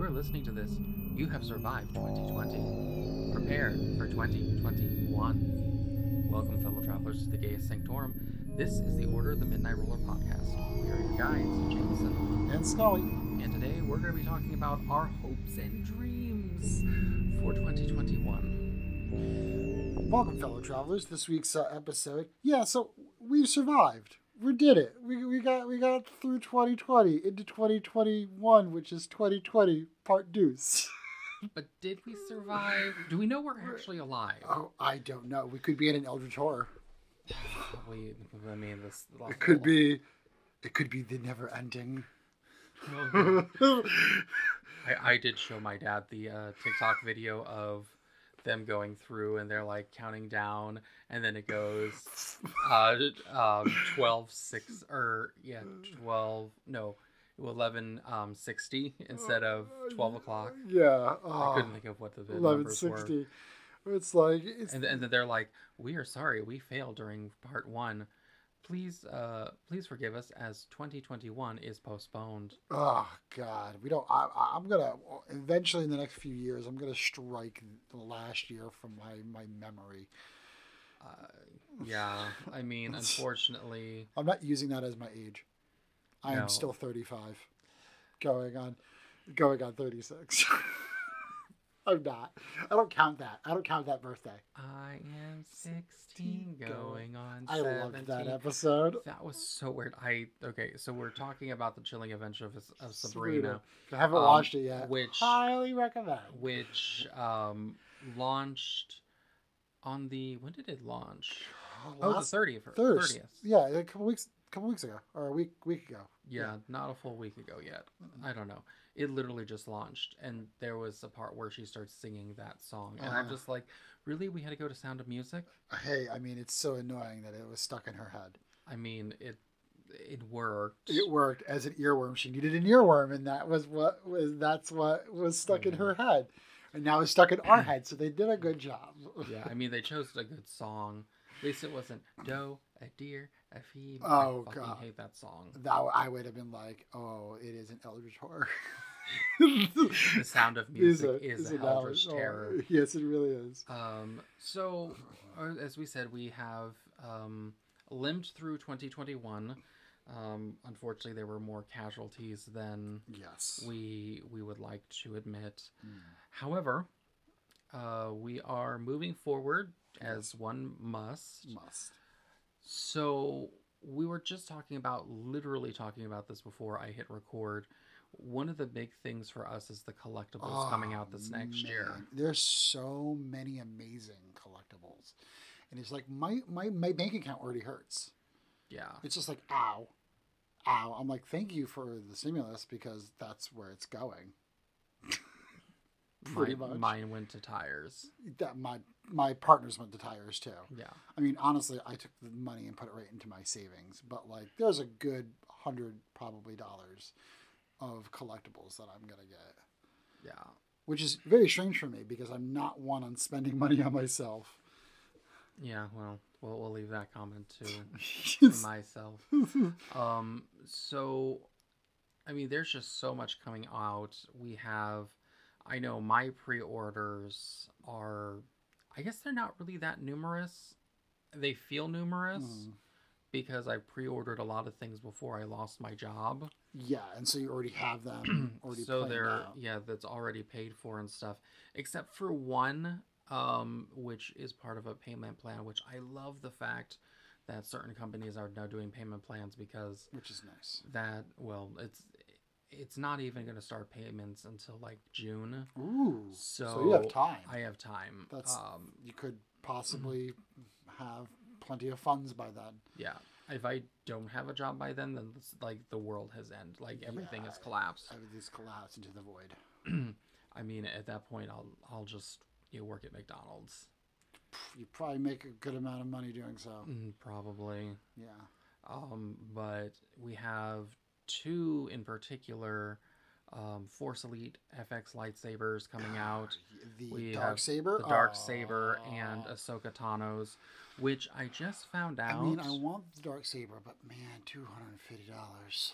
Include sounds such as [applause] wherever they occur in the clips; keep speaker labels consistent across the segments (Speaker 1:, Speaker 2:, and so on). Speaker 1: are listening to this, you have survived 2020. Prepare for 2021. Welcome, fellow travelers, to the Gayest Sanctorum. This is the Order of the Midnight Roller podcast. We are your guides, Jameson,
Speaker 2: and Snowy.
Speaker 1: and today we're going to be talking about our hopes and dreams for 2021.
Speaker 2: Welcome, fellow travelers. This week's uh, episode. Yeah, so we survived. We did it. We, we got we got through 2020 into 2021, which is 2020 part deuce. [laughs]
Speaker 1: But did we survive? Do we know we're actually
Speaker 2: [sighs]
Speaker 1: alive?
Speaker 2: Oh, I don't know. We could be in an Eldritch horror.
Speaker 1: We, I mean, this
Speaker 2: It could be. It could be the never [laughs] ending.
Speaker 1: Oh, yeah. I, I did show my dad the uh, TikTok video of them going through and they're like counting down and then it goes uh, um, 12 6 or yeah 12 no 11 um, 60 instead of 12 o'clock
Speaker 2: yeah.
Speaker 1: i couldn't
Speaker 2: Oh,
Speaker 1: think of what the numbers were
Speaker 2: 1160. It's like it's
Speaker 1: and, th- and then they're like we are sorry we failed during part one please uh please forgive us as 2021 is postponed
Speaker 2: Oh God, we don't. I, I- I'm gonna eventually in the next few years. I'm gonna strike the last year from my my memory.
Speaker 1: Uh, yeah, I mean, unfortunately,
Speaker 2: I'm not using that as my age. I
Speaker 1: No.
Speaker 2: am still 35, going on, going on 36. [laughs] I'm not. I don't count that. I don't count that birthday.
Speaker 1: I am 16
Speaker 2: Go.
Speaker 1: going on
Speaker 2: I
Speaker 1: 17.
Speaker 2: loved that episode.
Speaker 1: That was so weird. I okay, so we're talking about the chilling adventure of, of Sabrina,
Speaker 2: Sabrina. I haven't
Speaker 1: Um,
Speaker 2: watched it yet.
Speaker 1: which-
Speaker 2: highly recommend.
Speaker 1: which um launched on the when did it launch? Oh,
Speaker 2: Last
Speaker 1: the 30th. or-
Speaker 2: Thurs-
Speaker 1: 30th.
Speaker 2: Yeah, a couple weeks, couple weeks ago, or a week, week ago.
Speaker 1: Yeah, not a full week ago yet. I don't know. It literally just launched, and there was a part where she starts singing that song, and I'm
Speaker 2: Uh-huh.
Speaker 1: just like, really? We had to go to Sound of Music?
Speaker 2: Hey, I mean, it's so annoying that it was stuck in her head.
Speaker 1: I mean, it it worked.
Speaker 2: it worked as an earworm. She needed an earworm, and that was what was that's what was stuck in her
Speaker 1: Mm-hmm.
Speaker 2: head, and now it's stuck
Speaker 1: [clears throat]
Speaker 2: in our head. So they did a good job.
Speaker 1: yeah, I mean, they chose a good song. At least it wasn't "Doe a Deer a Feed."
Speaker 2: Oh,
Speaker 1: I fucking
Speaker 2: God.
Speaker 1: hate that song.
Speaker 2: [laughs] That I would have been like, oh, it is an eldritch
Speaker 1: [laughs]
Speaker 2: horror. [laughs]
Speaker 1: The Sound of
Speaker 2: Is
Speaker 1: Music
Speaker 2: a-
Speaker 1: is,
Speaker 2: is
Speaker 1: an eldritch terror.
Speaker 2: [laughs] Yes, it really
Speaker 1: [sighs]
Speaker 2: is.
Speaker 1: Um, so, uh, as we said, we have um, limped through 2021. Um, unfortunately, there were more casualties than
Speaker 2: Yes.
Speaker 1: we we would like to admit.
Speaker 2: Mm.
Speaker 1: However, uh, we are moving forward as one must.
Speaker 2: must.
Speaker 1: So we were just talking about, literally talking about this before I hit record. One of the big things for us is the collectibles coming
Speaker 2: Oh,
Speaker 1: out this next year.
Speaker 2: man. There's so many amazing collectibles, and it's like my my my bank account already hurts.
Speaker 1: Yeah.
Speaker 2: It's just like ow, ow. I'm like, thank you for the stimulus because that's where it's going. [laughs] Pretty
Speaker 1: mine,
Speaker 2: much.
Speaker 1: Mine went to
Speaker 2: [laughs]
Speaker 1: tires.
Speaker 2: That my my partners went to tires too.
Speaker 1: Yeah.
Speaker 2: I mean, honestly, I took the money and put it right into my savings, but like, there's a good hundred probably dollars of collectibles that I'm gonna get,
Speaker 1: Yeah.
Speaker 2: which is very strange for me because I'm not one on spending [laughs] money on myself.
Speaker 1: Yeah. Well, we'll, we'll leave that comment
Speaker 2: [laughs]
Speaker 1: to
Speaker 2: It's-
Speaker 1: myself. Um, so, I mean, there's just so much coming out. We have, I know my pre orders are, I guess they're not really that numerous. They feel numerous
Speaker 2: Mm.
Speaker 1: because I pre ordered a lot of things before I lost my job.
Speaker 2: yeah, and so you already
Speaker 1: [clears throat]
Speaker 2: have them already.
Speaker 1: so
Speaker 2: planned
Speaker 1: they're,
Speaker 2: out.
Speaker 1: yeah, that's already paid for and stuff, except for one, um, which is part of a payment plan, which I love the fact that certain companies are now doing payment plans because
Speaker 2: which is nice.
Speaker 1: that well it's it's not even going to start payments until like june
Speaker 2: Ooh, so, you
Speaker 1: So,
Speaker 2: have time.
Speaker 1: i have time
Speaker 2: That's-
Speaker 1: um
Speaker 2: you could possibly have plenty of funds by then.
Speaker 1: yeah if i don't have a job by then then it's like the world has ended like everything has
Speaker 2: Yeah.
Speaker 1: collapsed
Speaker 2: Everything's collapsed into the void.
Speaker 1: i mean at that point i'll i'll just you know, work at mcdonald's
Speaker 2: Pff, You probably make a good amount of money doing so.
Speaker 1: Mm, probably
Speaker 2: Yeah.
Speaker 1: um but we have two in particular um force elite fx lightsabers
Speaker 2: [gasps]
Speaker 1: coming out
Speaker 2: The
Speaker 1: We
Speaker 2: dark
Speaker 1: have
Speaker 2: saber.
Speaker 1: the dark saber and
Speaker 2: Oh.
Speaker 1: Ahsoka Tano's, which I just found out.
Speaker 2: I mean, I want the dark saber, but man, two hundred and fifty dollars.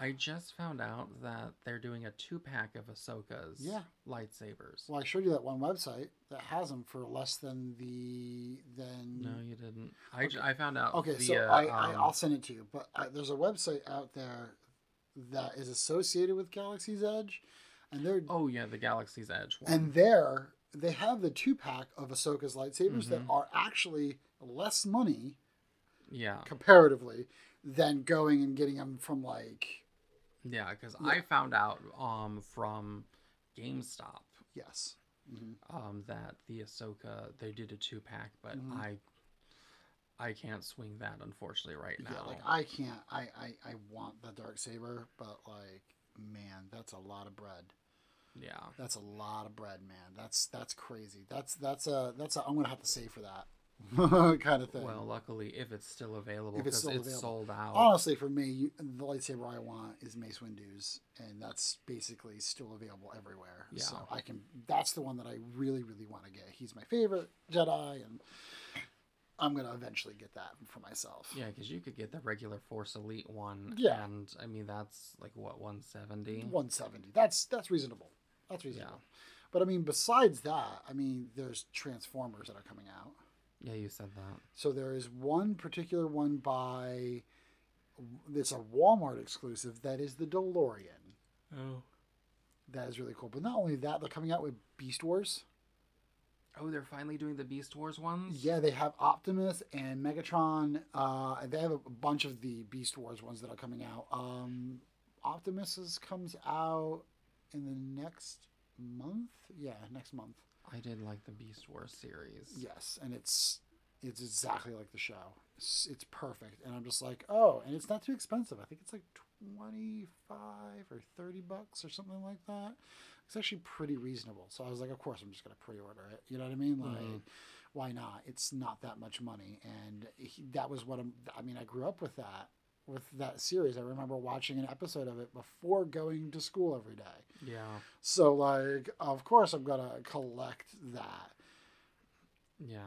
Speaker 1: I just found out that they're doing a two pack of Ahsoka's
Speaker 2: Yeah.
Speaker 1: lightsabers.
Speaker 2: Well, I showed you that one website that has them for less than the than.
Speaker 1: No, you didn't. I, j- I found out.
Speaker 2: Okay,
Speaker 1: via,
Speaker 2: so I, I
Speaker 1: um,
Speaker 2: I'll send it to you. But I, there's a website out there that is associated with Galaxy's Edge, and they're
Speaker 1: Oh yeah, the Galaxy's Edge one.
Speaker 2: and there they have the two pack of Ahsoka's lightsabers that
Speaker 1: Mhm.
Speaker 2: are actually less money
Speaker 1: yeah,
Speaker 2: comparatively than going and getting them from like
Speaker 1: yeah, because
Speaker 2: Yeah.
Speaker 1: I found out um from GameStop
Speaker 2: yes. Mhm.
Speaker 1: um that the Ahsoka they did a two pack, but
Speaker 2: Mhm.
Speaker 1: I I can't swing that unfortunately right now.
Speaker 2: Yeah, like I can't. I, I I want the dark saber, but like man, that's a lot of bread.
Speaker 1: yeah.
Speaker 2: That's a lot of bread, man. That's that's crazy. That's that's a that's a I'm gonna have to save for that [laughs] kind of thing.
Speaker 1: Well, luckily, if it's still available,
Speaker 2: If it's
Speaker 1: because
Speaker 2: still
Speaker 1: it's,
Speaker 2: available. Oh.
Speaker 1: sold out.
Speaker 2: Honestly, for me, you- the lightsaber I want is Mace Windu's, and that's basically still available everywhere.
Speaker 1: Yeah.
Speaker 2: So I can. That's the one that I really, really want to get. He's my favorite Jedi, and I'm gonna eventually get that for myself.
Speaker 1: Yeah, because you could get the regular Force Elite one.
Speaker 2: Yeah.
Speaker 1: And I mean, that's like what, 170?
Speaker 2: 170. That's that's reasonable. That's reasonable. But I mean, besides that, I mean, there's Transformers that are coming out.
Speaker 1: Yeah, you said that.
Speaker 2: So there is one particular one by it's a Walmart exclusive that is the DeLorean.
Speaker 1: Oh.
Speaker 2: That is really cool. But not only that, they're coming out with Beast Wars.
Speaker 1: Oh, they're finally doing the Beast Wars ones?
Speaker 2: Yeah, they have Optimus and Megatron. Uh, and they have a bunch of the Beast Wars ones that are coming out. Um, Optimus is, comes out in the next month. Yeah, next month.
Speaker 1: I did like the Beast Wars series.
Speaker 2: Yes, and it's it's exactly like the show. It's, it's perfect, and I'm just like, oh, and it's not too expensive. I think it's like twenty five or thirty bucks or something like that. It's actually pretty reasonable. So I was like, of course, I'm just gonna pre-order it. You know what I mean? Like,
Speaker 1: Mhm.
Speaker 2: why not? It's not that much money, and he, that was what I'm, I mean. I grew up with that with that series. I remember watching an episode of it before going to school every day.
Speaker 1: Yeah.
Speaker 2: So like, of course, I'm gonna collect that.
Speaker 1: Yeah.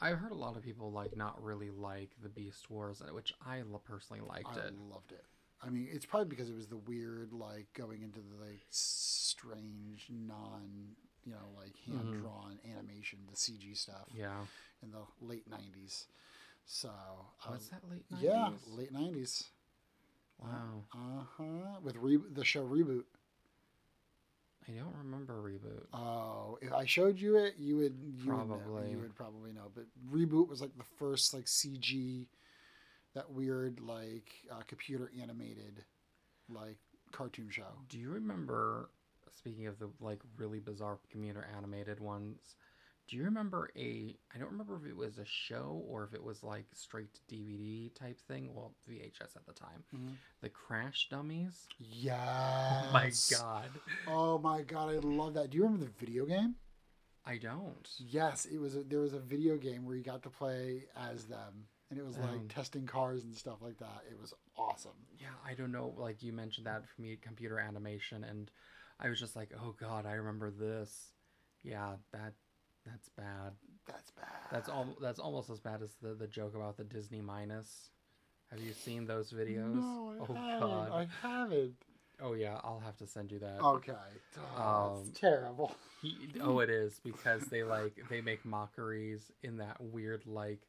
Speaker 1: I heard a lot of people like not really like the Beast Wars, uh, which I l- personally liked
Speaker 2: I
Speaker 1: it.
Speaker 2: loved it. I mean, it's probably because it was the weird, like going into the like strange, non, you know, like hand drawn animation, the CG stuff
Speaker 1: Mm-hmm. Yeah.
Speaker 2: in the late '90s. So, I
Speaker 1: Was that late 90s?
Speaker 2: uh, yeah, late '90s.
Speaker 1: Wow.
Speaker 2: Uh huh. With re- the show reboot.
Speaker 1: I don't remember reboot.
Speaker 2: Oh, if I showed you it, you would you would know,
Speaker 1: Probably.
Speaker 2: you would probably know. But reboot was like the first like CG, that weird like uh, computer animated, like cartoon show.
Speaker 1: Do you remember speaking of the like really bizarre computer animated ones? Do you remember a I don't remember if it was a show or if it was like straight to DVD type thing, well VHS at the time. The Crash Dummies?
Speaker 2: Mm-hmm. Yes.
Speaker 1: Oh [laughs] my god.
Speaker 2: Oh my god, I love that. Do you remember the video game?
Speaker 1: I don't.
Speaker 2: Yes, it was. A, there was a video game where you got to play as them, and it was like
Speaker 1: Um.
Speaker 2: testing cars and stuff like that. It was awesome.
Speaker 1: Yeah, I don't know like you mentioned that for me computer animation and I was just like, "Oh god, I remember this." Yeah, that that's bad.
Speaker 2: That's bad.
Speaker 1: That's all
Speaker 2: [sighs]
Speaker 1: that's almost as bad as the, the joke about the Disney minus. Have you seen those videos?
Speaker 2: No, I
Speaker 1: oh
Speaker 2: haven't.
Speaker 1: god.
Speaker 2: I haven't.
Speaker 1: Oh yeah, I'll have to send you that.
Speaker 2: Okay. Oh,
Speaker 1: Um,
Speaker 2: that's terrible.
Speaker 1: He, oh, it is because they like they make mockeries in that weird like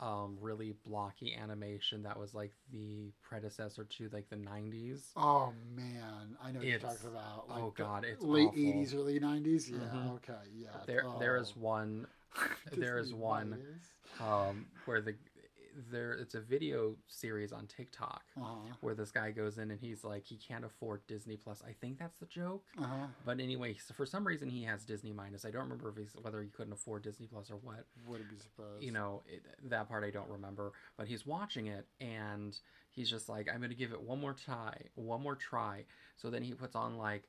Speaker 1: um really blocky animation that was like the predecessor to like the 90s.
Speaker 2: Oh man, I know what you're
Speaker 1: It's-
Speaker 2: talking about.
Speaker 1: oh,
Speaker 2: the
Speaker 1: God, it's
Speaker 2: late
Speaker 1: awful.
Speaker 2: '80s, early '90s. Yeah.
Speaker 1: Mhm.
Speaker 2: Okay. Yeah.
Speaker 1: There there is
Speaker 2: [laughs] oh.
Speaker 1: one there is
Speaker 2: Disney
Speaker 1: one.
Speaker 2: minus.
Speaker 1: um where the there it's a video series on TikTok
Speaker 2: Uh-huh.
Speaker 1: where this guy goes in and he's like he can't afford Disney Plus. I think that's the joke.
Speaker 2: Uh-huh.
Speaker 1: But anyway, so for some reason he has Disney minus. I don't remember if he's, whether he couldn't afford Disney Plus or what.
Speaker 2: Wouldn't be surprised.
Speaker 1: you know it, that part i don't remember but he's watching it and he's just like i'm gonna give it one more try one more try so then he puts on like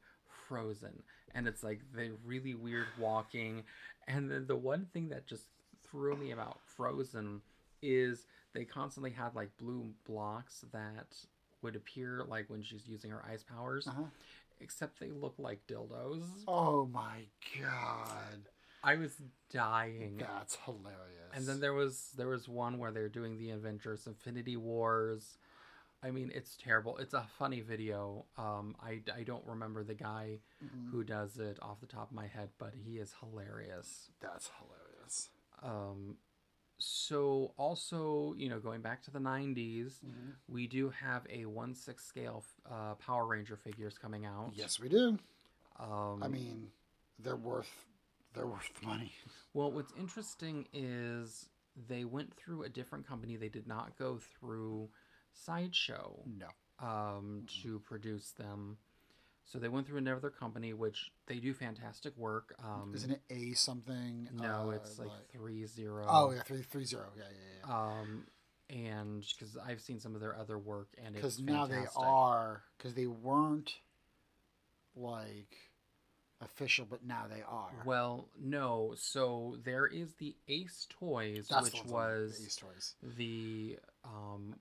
Speaker 1: frozen and it's like the really weird walking and then the one thing that just threw me about frozen is they constantly had like blue blocks that would appear like when she's using her ice powers
Speaker 2: Uh-huh.
Speaker 1: except they look like dildos
Speaker 2: Oh my god,
Speaker 1: i was dying
Speaker 2: that's hilarious.
Speaker 1: And then there was there was one where they were doing the Avengers Infinity Wars. I mean, it's terrible. It's a funny video. Um, I, I don't remember the guy
Speaker 2: Mhm.
Speaker 1: who does it off the top of my head, but he is hilarious.
Speaker 2: That's hilarious.
Speaker 1: Um, so also, you know, going back to the '90s,
Speaker 2: Mhm.
Speaker 1: we do have a one six scale uh, Power Ranger figures coming out.
Speaker 2: Yes, we do.
Speaker 1: Um,
Speaker 2: I mean, they're worth they're worth the money.
Speaker 1: well, what's interesting is they went through a different company. They did not go through Sideshow.
Speaker 2: No.
Speaker 1: um,
Speaker 2: Mhm.
Speaker 1: to produce them. So they went through another company, which they do fantastic work. Um,
Speaker 2: Isn't it A something?
Speaker 1: No,
Speaker 2: Uh,
Speaker 1: it's like three zero.
Speaker 2: Oh yeah, three three zero. Yeah, yeah, yeah.
Speaker 1: Um, and because I've seen some of their other work, and it's
Speaker 2: Because now they
Speaker 1: fantastic.
Speaker 2: are. Because they weren't like official, but now they are.
Speaker 1: Well, no. So there is the Ace Toys,
Speaker 2: That's the
Speaker 1: which
Speaker 2: ones on the
Speaker 1: was
Speaker 2: Ace Toys.
Speaker 1: the um,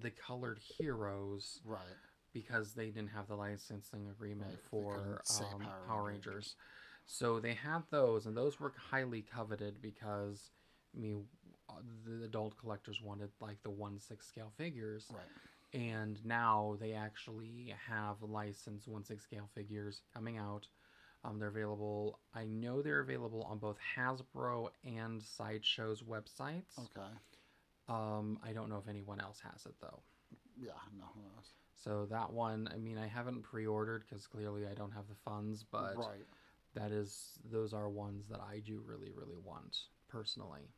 Speaker 1: the colored heroes
Speaker 2: Right.
Speaker 1: because they didn't have the licensing agreement
Speaker 2: Right, they
Speaker 1: for
Speaker 2: couldn't say
Speaker 1: um,
Speaker 2: Power
Speaker 1: Power
Speaker 2: Rangers.
Speaker 1: Rangers. So they had those, and those were highly coveted because, I mean, uh, the adult collectors wanted like the one six scale figures,
Speaker 2: Right.
Speaker 1: and now they actually have licensed one six scale figures coming out. Um, they're available. I know they're available on both Hasbro and Sideshow's websites.
Speaker 2: Okay.
Speaker 1: Um, I don't know if anyone else has it though.
Speaker 2: Yeah. No. Who knows?
Speaker 1: So that one, I mean, I haven't pre-ordered because clearly I don't have the funds, but
Speaker 2: right.
Speaker 1: that is those are ones that I do really, really want personally.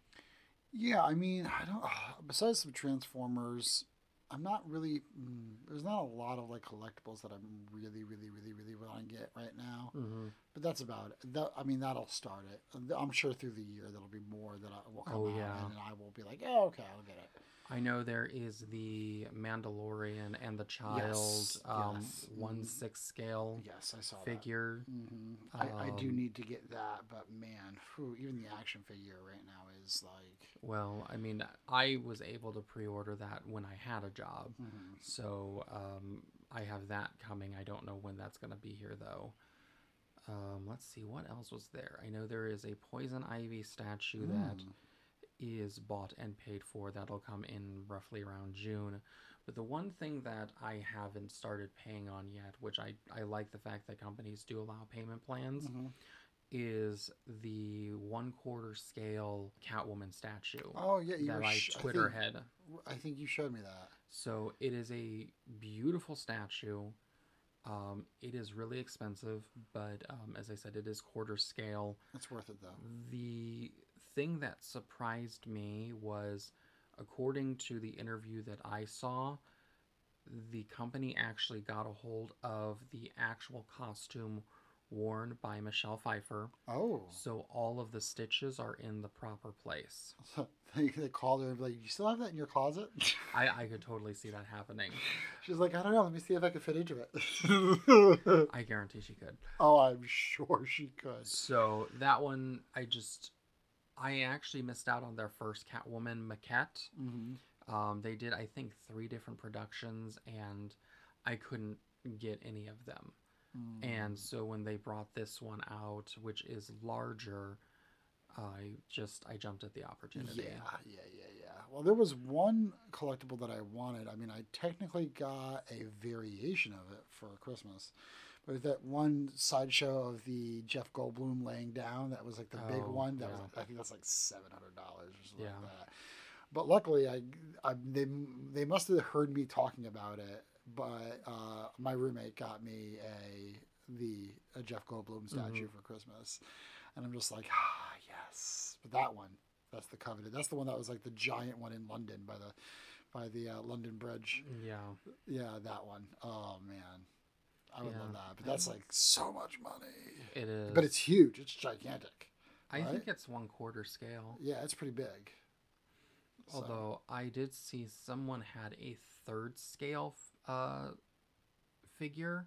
Speaker 2: Yeah, I mean, I don't. [sighs] Besides some Transformers, I'm not really. Mm, there's not a lot of like collectibles that I'm really, really, really, really want to get right now.
Speaker 1: Mm-hmm.
Speaker 2: But that's about it. That, I mean, that'll start it. And I'm sure through the year there'll be more that I will come
Speaker 1: Oh,
Speaker 2: out,
Speaker 1: yeah.
Speaker 2: and I will be like, oh, okay, I'll get it.
Speaker 1: I know there is the Mandalorian and the Child
Speaker 2: Yes,
Speaker 1: um,
Speaker 2: yes.
Speaker 1: one
Speaker 2: Mhm.
Speaker 1: six scale
Speaker 2: Yes, I saw
Speaker 1: figure.
Speaker 2: that. hmm I, I do
Speaker 1: Um,
Speaker 2: need to get that, but man, phew, even the action figure right now is like.
Speaker 1: Well, I mean, I was able to pre-order that when I had a job,
Speaker 2: mhm.
Speaker 1: so um, I have that coming. I don't know when that's gonna be here though. Um, let's see what else was there. I know there is a poison ivy statue that
Speaker 2: Mm.
Speaker 1: is bought and paid for. That'll come in roughly around June. But the one thing that I haven't started paying on yet, which I, I like the fact that companies do allow payment plans,
Speaker 2: Mhm.
Speaker 1: is the one quarter scale Catwoman statue
Speaker 2: Oh yeah, you
Speaker 1: that
Speaker 2: were
Speaker 1: I
Speaker 2: sh-
Speaker 1: Twitter
Speaker 2: I think,
Speaker 1: had.
Speaker 2: I think you showed me that.
Speaker 1: So it is a beautiful statue. Um, it is really expensive, but um, as I said, it is quarter scale.
Speaker 2: It's worth it though.
Speaker 1: The thing that surprised me was, according to the interview that I saw, the company actually got a hold of the actual costume worn by Michelle Pfeiffer.
Speaker 2: Oh.
Speaker 1: So all of the stitches are in the proper place.
Speaker 2: [laughs] they, they called her and be like, "You still have that in your closet?" [laughs]
Speaker 1: I, I could totally see that happening.
Speaker 2: She's like, "I don't know. Let me see if I can fit
Speaker 1: [laughs]
Speaker 2: into it." [laughs]
Speaker 1: I guarantee she could.
Speaker 2: oh, I'm sure she could.
Speaker 1: So that one, I just, I actually missed out on their first Catwoman maquette.
Speaker 2: Mm-hmm.
Speaker 1: Um, they did, I think, three different productions, and I couldn't get any of them.
Speaker 2: Mm-hmm.
Speaker 1: And so when they brought this one out, which is larger, I just I jumped at the
Speaker 2: yeah,
Speaker 1: opportunity.
Speaker 2: yeah, yeah, yeah. Well, there was one collectible that I wanted. I mean, I technically got a variation of it for Christmas, but that one sideshow of the Jeff Goldblum laying down that was like the big
Speaker 1: Oh,
Speaker 2: one. That was,
Speaker 1: yeah.
Speaker 2: like, I think that's like seven hundred dollars or something
Speaker 1: Yeah.
Speaker 2: like that. But luckily, I, I they they must have heard me talking about it. But uh, my roommate got me a the a Jeff Goldblum
Speaker 1: Mm-hmm.
Speaker 2: statue for Christmas, and I'm just like, ah, yes. But that one, that's the coveted. That's the one that was like the giant one in London by the by the uh, London Bridge.
Speaker 1: Yeah.
Speaker 2: Yeah, that one. Oh man, I would love
Speaker 1: Yeah.
Speaker 2: that. But that's like so much money.
Speaker 1: It is.
Speaker 2: But it's huge. It's gigantic.
Speaker 1: I think
Speaker 2: right?
Speaker 1: it's one quarter scale.
Speaker 2: Yeah, it's pretty big. So-
Speaker 1: Although I did see someone had a third scale f- uh, figure,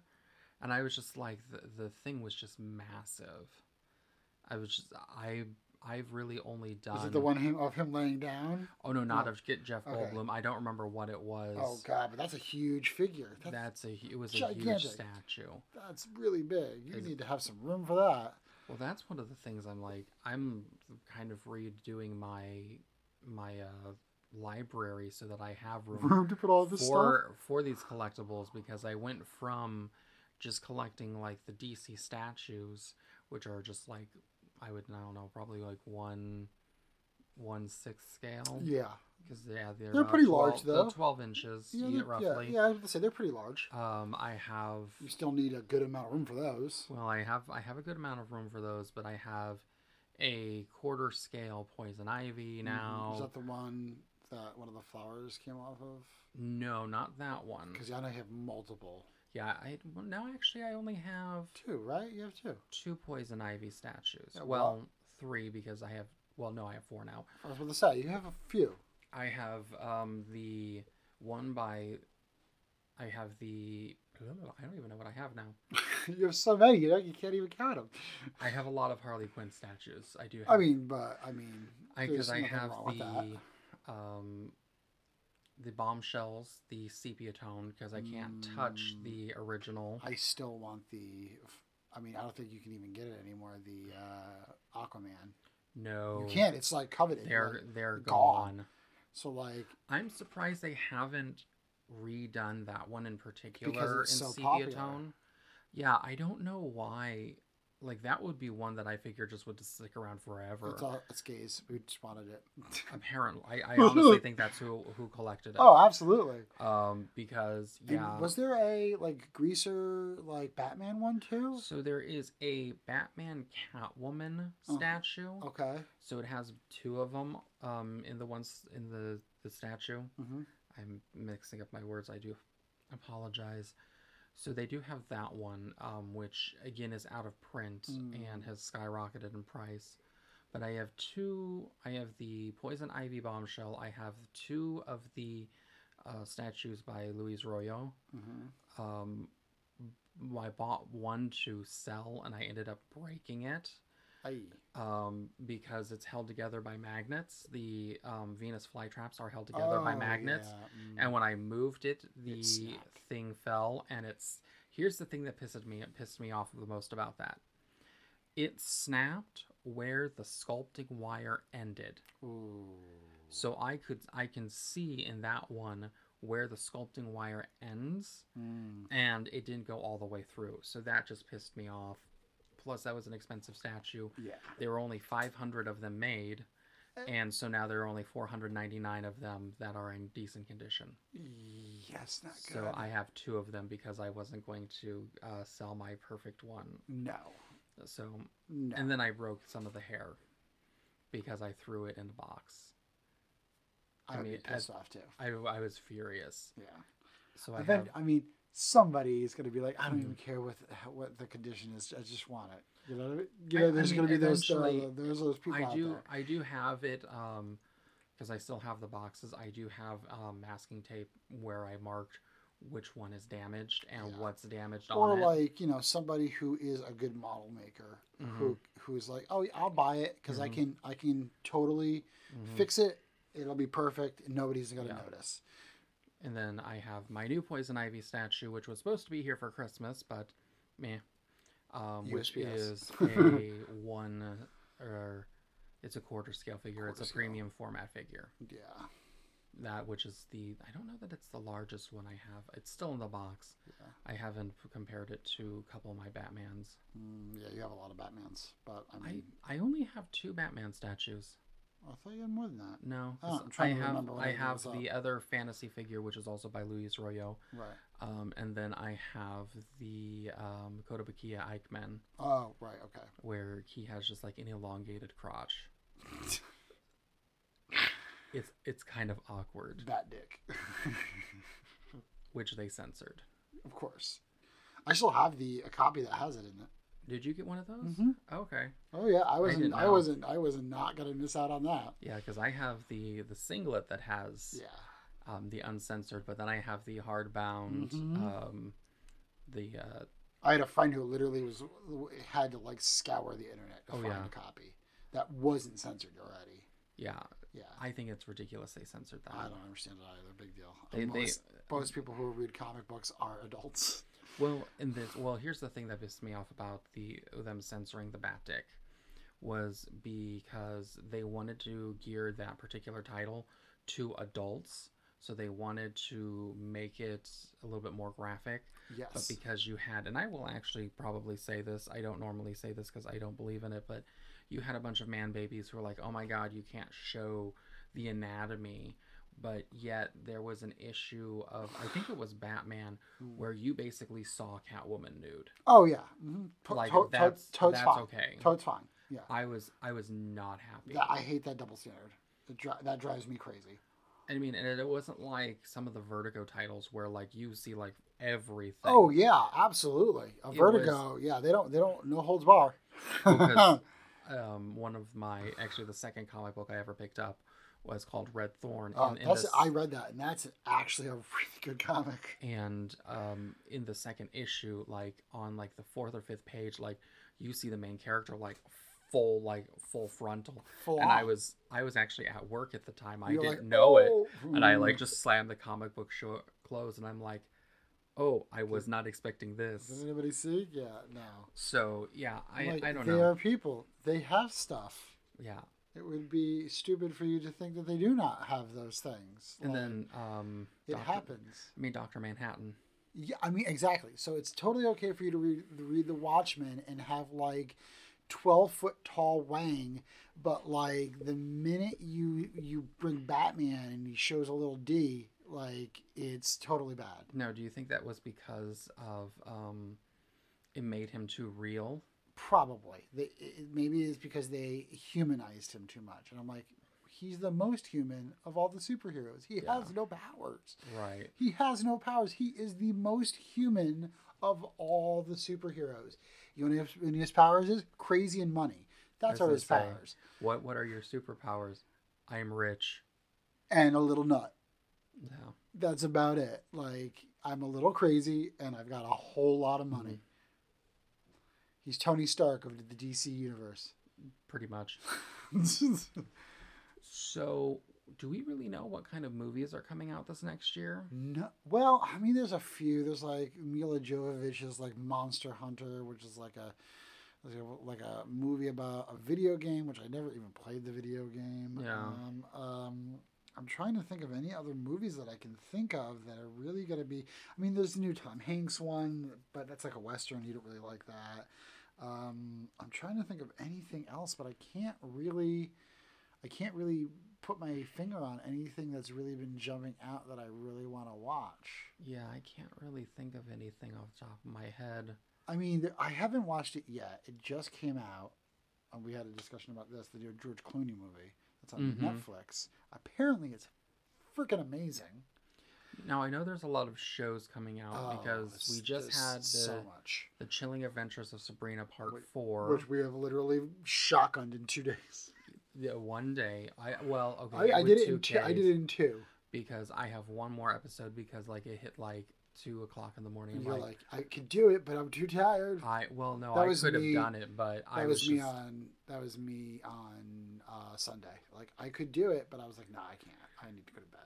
Speaker 1: and I was just like, the, the thing was just massive. I was just I I've really only done.
Speaker 2: is it the one him, of him laying down?
Speaker 1: Oh no, not
Speaker 2: No.
Speaker 1: of get Jeff
Speaker 2: Okay.
Speaker 1: Goldblum. I don't remember what it was.
Speaker 2: Oh god, but that's a huge figure. That's
Speaker 1: That's a hu- it was a
Speaker 2: gigantic.
Speaker 1: huge statue.
Speaker 2: that's really big. You
Speaker 1: Is it-
Speaker 2: need to have some room for that.
Speaker 1: Well, that's one of the things I'm like I'm kind of redoing my my uh library so that I have room
Speaker 2: room to put all this stuff.
Speaker 1: for for these collectibles because I went from just collecting like the DC statues, which are just like I would I don't know probably like one one sixth scale.
Speaker 2: Yeah,
Speaker 1: because yeah, they're,
Speaker 2: They're
Speaker 1: about
Speaker 2: pretty large,
Speaker 1: 12 they're
Speaker 2: though.
Speaker 1: twelve inches
Speaker 2: yeah,
Speaker 1: yeah,
Speaker 2: they're- yeah,
Speaker 1: roughly.
Speaker 2: yeah. I was gonna say they're pretty large.
Speaker 1: Um, I have
Speaker 2: You still need a good amount of room for those.
Speaker 1: well, I have I have a good amount of room for those, but I have a quarter scale poison ivy now.
Speaker 2: Mhm. is that the one that one of the flowers came off of?
Speaker 1: No, not that one.
Speaker 2: Because I know you have multiple.
Speaker 1: Yeah, I well, now actually I only have
Speaker 2: Two, right? You have two.
Speaker 1: two poison ivy statues.
Speaker 2: Yeah,
Speaker 1: well,
Speaker 2: wow.
Speaker 1: three because I have. Well, no, I have four now.
Speaker 2: I was going to say you have a few. [laughs]
Speaker 1: I have um the one by. I have the. I don't even know what I have now.
Speaker 2: you have so many, you know, you can't even count them.
Speaker 1: I have a lot of Harley Quinn statues. I do. Have,
Speaker 2: I mean, but I mean,
Speaker 1: because
Speaker 2: there's
Speaker 1: I,
Speaker 2: nothing
Speaker 1: have
Speaker 2: wrong with that.
Speaker 1: the, um, the bombshells, the sepia tone, because I can't touch
Speaker 2: Mm.
Speaker 1: the original.
Speaker 2: I still want the. I mean, I don't think you can even get it anymore. The uh, Aquaman.
Speaker 1: no,
Speaker 2: You can't. It's like coveted.
Speaker 1: They're
Speaker 2: like-
Speaker 1: they're
Speaker 2: gone.
Speaker 1: gone.
Speaker 2: so like
Speaker 1: I'm surprised they haven't redone that one in particular
Speaker 2: it's
Speaker 1: in
Speaker 2: so
Speaker 1: sepia
Speaker 2: popular.
Speaker 1: tone. Yeah, I don't know why. Like that would be one that I figure just would just stick around forever.
Speaker 2: it's all it's gays. We just wanted
Speaker 1: [laughs]
Speaker 2: it.
Speaker 1: Apparently, I, I
Speaker 2: [laughs]
Speaker 1: honestly think that's who who collected it.
Speaker 2: oh, absolutely.
Speaker 1: um, because
Speaker 2: And
Speaker 1: yeah.
Speaker 2: was there a like greaser like Batman one too?
Speaker 1: so there is a Batman Catwoman
Speaker 2: Oh,
Speaker 1: statue.
Speaker 2: Okay.
Speaker 1: So it has two of them. Um, in the ones in the the statue.
Speaker 2: Mm-hmm.
Speaker 1: I'm mixing up my words. I do apologize. So they do have that one, um, which again is out of print and
Speaker 2: Mm.
Speaker 1: has skyrocketed in price. But I have two. I have the poison ivy bombshell. I have two of the uh, statues by Louise Royo.
Speaker 2: Mm-hmm.
Speaker 1: Um, m- I bought one to sell, and I ended up breaking it
Speaker 2: Aye.
Speaker 1: um, because it's held together by magnets. The um, Venus flytraps are held together by
Speaker 2: Oh,
Speaker 1: magnets.
Speaker 2: yeah, mm.
Speaker 1: And when I moved it, the
Speaker 2: snapped.
Speaker 1: thing fell. And it's here's the thing that pissed me pissed me off the most about that. It snapped where the sculpting wire ended.
Speaker 2: Mm. Ooh.
Speaker 1: So I could I can see in that one where the sculpting wire ends,
Speaker 2: Mm.
Speaker 1: and it didn't go all the way through. So that just pissed me off. Plus, that was an expensive statue.
Speaker 2: Yeah.
Speaker 1: There were only 500 of them made,
Speaker 2: Eh.
Speaker 1: and so now there are only 499 of them that are in decent condition.
Speaker 2: Yes, not good.
Speaker 1: So I have two of them because I wasn't going to uh, sell my perfect one.
Speaker 2: no.
Speaker 1: So
Speaker 2: No.
Speaker 1: and then I broke some of the hair because I threw it in the box.
Speaker 2: I
Speaker 1: I
Speaker 2: would be
Speaker 1: mean, as-
Speaker 2: pissed off too.
Speaker 1: I, I was furious.
Speaker 2: Yeah.
Speaker 1: So I
Speaker 2: But
Speaker 1: have
Speaker 2: then, I mean, somebody is going to be like, I don't
Speaker 1: Mhm.
Speaker 2: even care what what the condition is. I just want it. You know, what I mean? you know,
Speaker 1: I
Speaker 2: there's
Speaker 1: mean,
Speaker 2: going to be those uh,
Speaker 1: eventually,
Speaker 2: there's those people
Speaker 1: I
Speaker 2: out
Speaker 1: do
Speaker 2: there.
Speaker 1: I do have it um because I still have the boxes. I do have um, masking tape where I marked which one is damaged and
Speaker 2: Yeah.
Speaker 1: what's damaged
Speaker 2: Or
Speaker 1: on it.
Speaker 2: like you know somebody who is a good model maker
Speaker 1: Mm-hmm.
Speaker 2: who who's like, oh, I'll buy it because I
Speaker 1: Mhm.
Speaker 2: can I can totally
Speaker 1: Mhm.
Speaker 2: fix it. It'll be perfect and nobody's going to
Speaker 1: Yeah.
Speaker 2: notice.
Speaker 1: And then I have my new poison ivy statue, which was supposed to be here for Christmas, but meh. Um, which
Speaker 2: USPS. [laughs]
Speaker 1: is a one or it's a quarter scale figure.
Speaker 2: Quarter
Speaker 1: it's a
Speaker 2: scale.
Speaker 1: premium format figure.
Speaker 2: Yeah.
Speaker 1: That which is the I don't know that it's the largest one I have. It's still in the box.
Speaker 2: Yeah.
Speaker 1: I haven't p- compared it to a couple of my Batmans.
Speaker 2: Mm, yeah, you have a lot of Batmans, but I
Speaker 1: I
Speaker 2: mean,
Speaker 1: I only have two Batman statues.
Speaker 2: I, thought you had more than that,
Speaker 1: No,
Speaker 2: Oh,
Speaker 1: 'cause
Speaker 2: I'm
Speaker 1: I
Speaker 2: trying to
Speaker 1: have
Speaker 2: remember when
Speaker 1: I
Speaker 2: it
Speaker 1: have
Speaker 2: was up.
Speaker 1: the other fantasy figure, which is also by Luis Royo.
Speaker 2: right?
Speaker 1: Um, and then I have the um, Kotobukiya Eichmann,
Speaker 2: Oh, right. Okay.
Speaker 1: where he has just like an elongated crotch. It's it's kind of awkward,
Speaker 2: Bat dick. [laughs]
Speaker 1: which they censored.
Speaker 2: of course. I still have the a copy that has it in it.
Speaker 1: Did you get one of those?
Speaker 2: Mhm.
Speaker 1: Okay,
Speaker 2: Oh yeah, I wasn't.
Speaker 1: Mm-hmm. didn't
Speaker 2: I,
Speaker 1: know.
Speaker 2: wasn't. I was not gonna miss out on that.
Speaker 1: yeah, because I have the the singlet that has
Speaker 2: Yeah.
Speaker 1: um, the uncensored, but then I have the hardbound,
Speaker 2: Mhm.
Speaker 1: um, the uh,
Speaker 2: I had a friend who literally was had to like scour the internet to
Speaker 1: Oh,
Speaker 2: find
Speaker 1: yeah.
Speaker 2: a copy that wasn't censored already.
Speaker 1: yeah.
Speaker 2: Yeah. I,
Speaker 1: I think it's ridiculous they censored that.
Speaker 2: don't understand it either. Big deal.
Speaker 1: They-
Speaker 2: And
Speaker 1: they-
Speaker 2: most, most people who read comic books are adults. [laughs]
Speaker 1: Well, in this, well, here's the thing that pissed me off about the them censoring the Bat Dick was because they wanted to gear that particular title to adults. So they wanted to make it a little bit more graphic. But
Speaker 2: Yes.
Speaker 1: because you had, and I will actually probably say this, I don't normally say this because I don't believe in it, but you had a bunch of man babies who were like, oh my God, you can't show the anatomy. But yet there was an issue of, I think it was Batman, where you basically saw Catwoman nude.
Speaker 2: oh yeah. Mm-hmm.
Speaker 1: Like,
Speaker 2: to- to-
Speaker 1: that's,
Speaker 2: toad's
Speaker 1: that's
Speaker 2: fine.
Speaker 1: okay.
Speaker 2: Toad's fine. Yeah.
Speaker 1: I was I was not happy.
Speaker 2: That- I hate that double standard. It dri- that drives me crazy.
Speaker 1: I mean, and it wasn't like some of the Vertigo titles where like you see like everything. [laughs]
Speaker 2: Oh yeah, absolutely. A
Speaker 1: It
Speaker 2: vertigo. Yeah, they don't. They don't. No holds bar.
Speaker 1: [laughs]
Speaker 2: [laughs] Uh,
Speaker 1: because um, one of my actually the second comic book I ever picked up was called Red Thorn,
Speaker 2: Uh,
Speaker 1: and, in
Speaker 2: that's,
Speaker 1: this-
Speaker 2: I read that, and that's actually a [laughs] really good comic.
Speaker 1: and um, in the second issue, like on like the fourth or fifth page, like you see the main character like full like full frontal,
Speaker 2: Full
Speaker 1: and I
Speaker 2: on.
Speaker 1: was I was actually at work at the time. I
Speaker 2: You're
Speaker 1: didn't
Speaker 2: like,
Speaker 1: know it,
Speaker 2: "Oh,
Speaker 1: and I
Speaker 2: hmm,
Speaker 1: like just slammed the comic book short closed, and I'm like, oh, I was not expecting
Speaker 2: Does
Speaker 1: this.
Speaker 2: anybody see? Yeah, no.
Speaker 1: So yeah, I
Speaker 2: Mm-hmm. Like,
Speaker 1: I don't
Speaker 2: they
Speaker 1: know.
Speaker 2: are people. They have stuff.
Speaker 1: Yeah,
Speaker 2: It would be stupid for you to think that they do not have those things.
Speaker 1: and
Speaker 2: Like,
Speaker 1: then um,
Speaker 2: it
Speaker 1: Dr.
Speaker 2: happens.
Speaker 1: I mean, Doctor Manhattan.
Speaker 2: Yeah, I mean exactly. So it's totally okay for you to read, read the Watchmen and have like twelve foot tall Wang, but like the minute you you bring Batman and he shows a little D, like it's totally bad.
Speaker 1: No, do you think that was because of um, it made him too real?
Speaker 2: Probably they, it, maybe it's because they humanized him too much, and I'm like, he's the most human of all the superheroes. He
Speaker 1: Yeah.
Speaker 2: has no powers.
Speaker 1: Right.
Speaker 2: He has no powers. He is the most human of all the superheroes. You know what his, and his powers is crazy and money. That's
Speaker 1: I was
Speaker 2: all his
Speaker 1: gonna say.
Speaker 2: powers.
Speaker 1: What What are your superpowers? I am rich.
Speaker 2: And a little nut.
Speaker 1: No.
Speaker 2: That's about it. Like I'm a little crazy and I've got a whole lot of money. He's Tony Stark of the DC universe. [laughs]
Speaker 1: Pretty much. So, do we really know what kind of movies are coming out this next year?
Speaker 2: no, well, I mean, there's a few. There's like Mila Jovovich's like Monster Hunter, which is like a like a- like a movie about a video game, which I never even played the video game.
Speaker 1: Yeah.
Speaker 2: Um, um, I'm trying to think of any other movies that I can think of that are really going to be. I mean, there's the new Tom Hanks one, but that's like a western. You don't really like that. Um, I'm trying to think of anything else, but I can't really, I can't really put my finger on anything that's really been jumping out that I really want to watch.
Speaker 1: Yeah, I can't really think of anything off the top of my head.
Speaker 2: I mean, th- I haven't watched it yet. It just came out, and we had a discussion about this. The new George Clooney movie that's on
Speaker 1: Mhm.
Speaker 2: Netflix. Apparently, it's freaking amazing.
Speaker 1: Now, I know there's a lot of shows coming out
Speaker 2: Oh,
Speaker 1: because we
Speaker 2: it's-
Speaker 1: just
Speaker 2: there's
Speaker 1: had the,
Speaker 2: so much,
Speaker 1: the Chilling Adventures of Sabrina Part
Speaker 2: Which-
Speaker 1: 4.
Speaker 2: which we have literally shotgunned in two [laughs] days.
Speaker 1: Yeah, one day. I well, okay.
Speaker 2: I, I
Speaker 1: with
Speaker 2: did it
Speaker 1: two
Speaker 2: in two. I
Speaker 1: Ks.
Speaker 2: did it in two.
Speaker 1: because I have one more episode because like it hit like two o'clock in the morning.
Speaker 2: And
Speaker 1: I'm
Speaker 2: you're
Speaker 1: Like,
Speaker 2: like, I could do it, but I'm too tired.
Speaker 1: I well no,
Speaker 2: That
Speaker 1: I
Speaker 2: was
Speaker 1: could
Speaker 2: me-
Speaker 1: have done it, but I
Speaker 2: That
Speaker 1: was,
Speaker 2: was, me
Speaker 1: just
Speaker 2: on. That was me on uh, Sunday. Like I could do it, but I was like, no, I can't. I need to go to bed.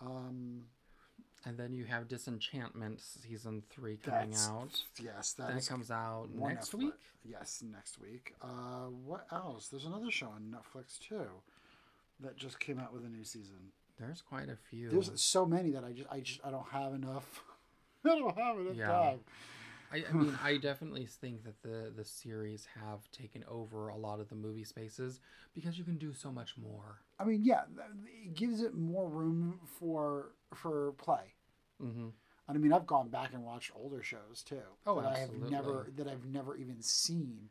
Speaker 2: Um,
Speaker 1: and then you have Disenchantment season three coming
Speaker 2: that's,
Speaker 1: out.
Speaker 2: Yes, that
Speaker 1: That
Speaker 2: is
Speaker 1: comes out
Speaker 2: more
Speaker 1: next
Speaker 2: Netflix.
Speaker 1: week.
Speaker 2: Yes, next week. Uh, what else? There's another show on Netflix too that just came out with a new season.
Speaker 1: There's quite a few.
Speaker 2: There's so many that I just I just I don't have enough. [laughs] I don't have enough
Speaker 1: Yeah.
Speaker 2: time.
Speaker 1: I, I mean, I definitely think that the the series have taken over a lot of the movie spaces because you can do so much more.
Speaker 2: I mean, yeah, th- it gives it more room for for play.
Speaker 1: Mm-hmm.
Speaker 2: And I mean, I've gone back and watched older shows too
Speaker 1: Oh,
Speaker 2: that I have never
Speaker 1: absolutely.
Speaker 2: that I've never even seen.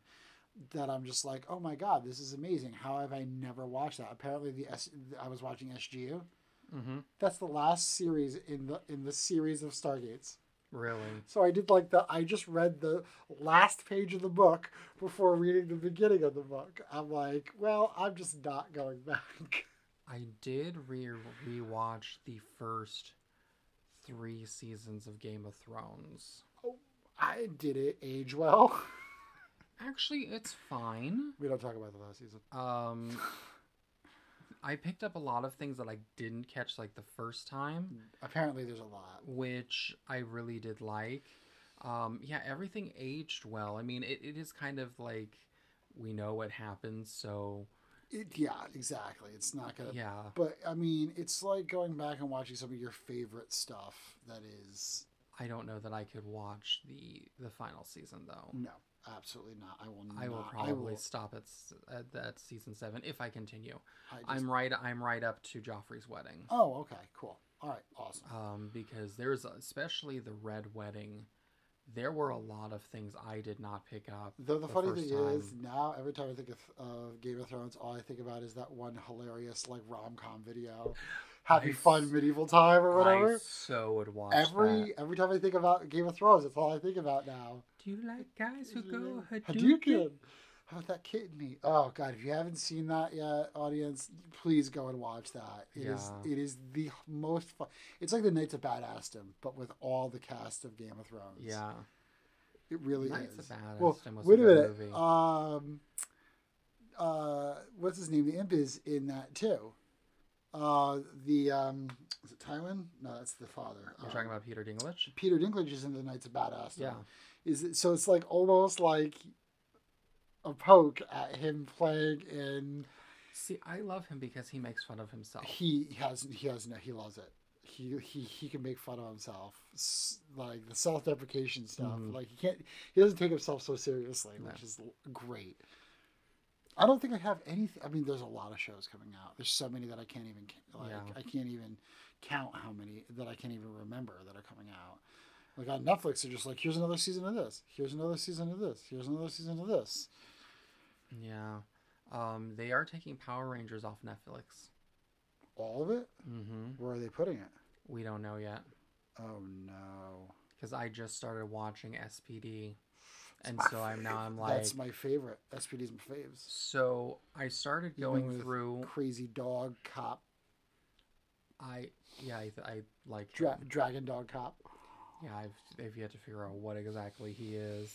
Speaker 2: That I'm just like, oh my god, this is amazing. How have I never watched that? Apparently, the S- I was watching SGU.
Speaker 1: Mm-hmm.
Speaker 2: That's the last series in the in the series of Stargates.
Speaker 1: Really.
Speaker 2: So I did like the I just read the last page of the book before reading the beginning of the book. I'm like, well, I'm just not going back. [laughs]
Speaker 1: I did re rewatch the first three seasons of Game of Thrones.
Speaker 2: Oh, I did it age well. [laughs]
Speaker 1: Actually, it's fine.
Speaker 2: We don't talk about the last season.
Speaker 1: Um, I picked up a lot of things that I didn't catch like the first time,
Speaker 2: Apparently, there's a lot.
Speaker 1: which I really did like. Um, yeah, everything aged well. I mean, it, it is kind of like we know what happens, so
Speaker 2: It, yeah, exactly. It's not gonna.
Speaker 1: Yeah.
Speaker 2: But I mean, it's like going back and watching some of your favorite stuff. That is
Speaker 1: I don't know that I could watch the the final season though.
Speaker 2: no, absolutely not. I will. Not,
Speaker 1: I will
Speaker 2: Mm, I
Speaker 1: probably
Speaker 2: will-
Speaker 1: stop at, s- at at season 7 if I continue.
Speaker 2: I just-
Speaker 1: I'm right I'm right up to Joffrey's wedding.
Speaker 2: Oh, okay, cool. All right, awesome.
Speaker 1: um, because there's especially the red wedding. There were a lot of things I did not pick up.
Speaker 2: Though the,
Speaker 1: the
Speaker 2: funny
Speaker 1: first
Speaker 2: thing is, now every time I think of, of Game of Thrones, all I think about is that one hilarious like rom com video, "Happy
Speaker 1: I
Speaker 2: Fun
Speaker 1: s-
Speaker 2: Medieval Time" or
Speaker 1: I
Speaker 2: whatever.
Speaker 1: so would watch
Speaker 2: Every
Speaker 1: that.
Speaker 2: every time I think about Game of Thrones, that's all I think about now.
Speaker 1: Do you like guys who go
Speaker 2: Hadouken.
Speaker 1: Hadouken?
Speaker 2: How about that kitten meat? Oh god, if you haven't seen that yet, audience, please go and watch that. It is
Speaker 1: Yeah.
Speaker 2: it is the most fun. It's like the Knights of Badassdom, but with all the cast of Game of Thrones.
Speaker 1: Yeah,
Speaker 2: it really
Speaker 1: Knights of
Speaker 2: is.
Speaker 1: Badassdom
Speaker 2: Well,
Speaker 1: was a
Speaker 2: wait a
Speaker 1: good
Speaker 2: minute.
Speaker 1: movie.
Speaker 2: Um, uh, what's his name? The imp is in that too. Uh, the um, is it Tywin? No, that's the father.
Speaker 1: We're
Speaker 2: Um,
Speaker 1: talking about Peter Dinklage.
Speaker 2: Peter Dinklage is in the Knights of Badass.
Speaker 1: Yeah,
Speaker 2: Is it, so it's like almost like a poke at him playing in
Speaker 1: see, I love him because he makes fun of himself.
Speaker 2: he has he has no he loves it. He he he can make fun of himself. S- Like the self-deprecation stuff.
Speaker 1: Mhm.
Speaker 2: Like he can't he doesn't take himself so seriously,
Speaker 1: No.
Speaker 2: which is l- great. I don't think I have anything. I mean, there's a lot of shows coming out. There's so many that I can't even ca- like.
Speaker 1: Yeah.
Speaker 2: I can't even count how many that I can't even remember that are coming out. Like on Netflix, they're just like, here's another season of this. Here's another season of this. Here's another season of this.
Speaker 1: Yeah, um, they are taking Power Rangers off Netflix.
Speaker 2: All of it.
Speaker 1: hmm
Speaker 2: Where are they putting it?
Speaker 1: We don't know yet
Speaker 2: Oh no.
Speaker 1: because I just started watching SPD,
Speaker 2: That's
Speaker 1: and
Speaker 2: my
Speaker 1: so I'm now I'm
Speaker 2: favorite.
Speaker 1: like,
Speaker 2: that's my favorite. SPD's my faves.
Speaker 1: so I started
Speaker 2: Even
Speaker 1: going
Speaker 2: with
Speaker 1: through.
Speaker 2: Crazy dog cop,
Speaker 1: I yeah, I, th- I like him.
Speaker 2: dra- dragon dog cop.
Speaker 1: Yeah, I've I've yet to figure out what exactly he is.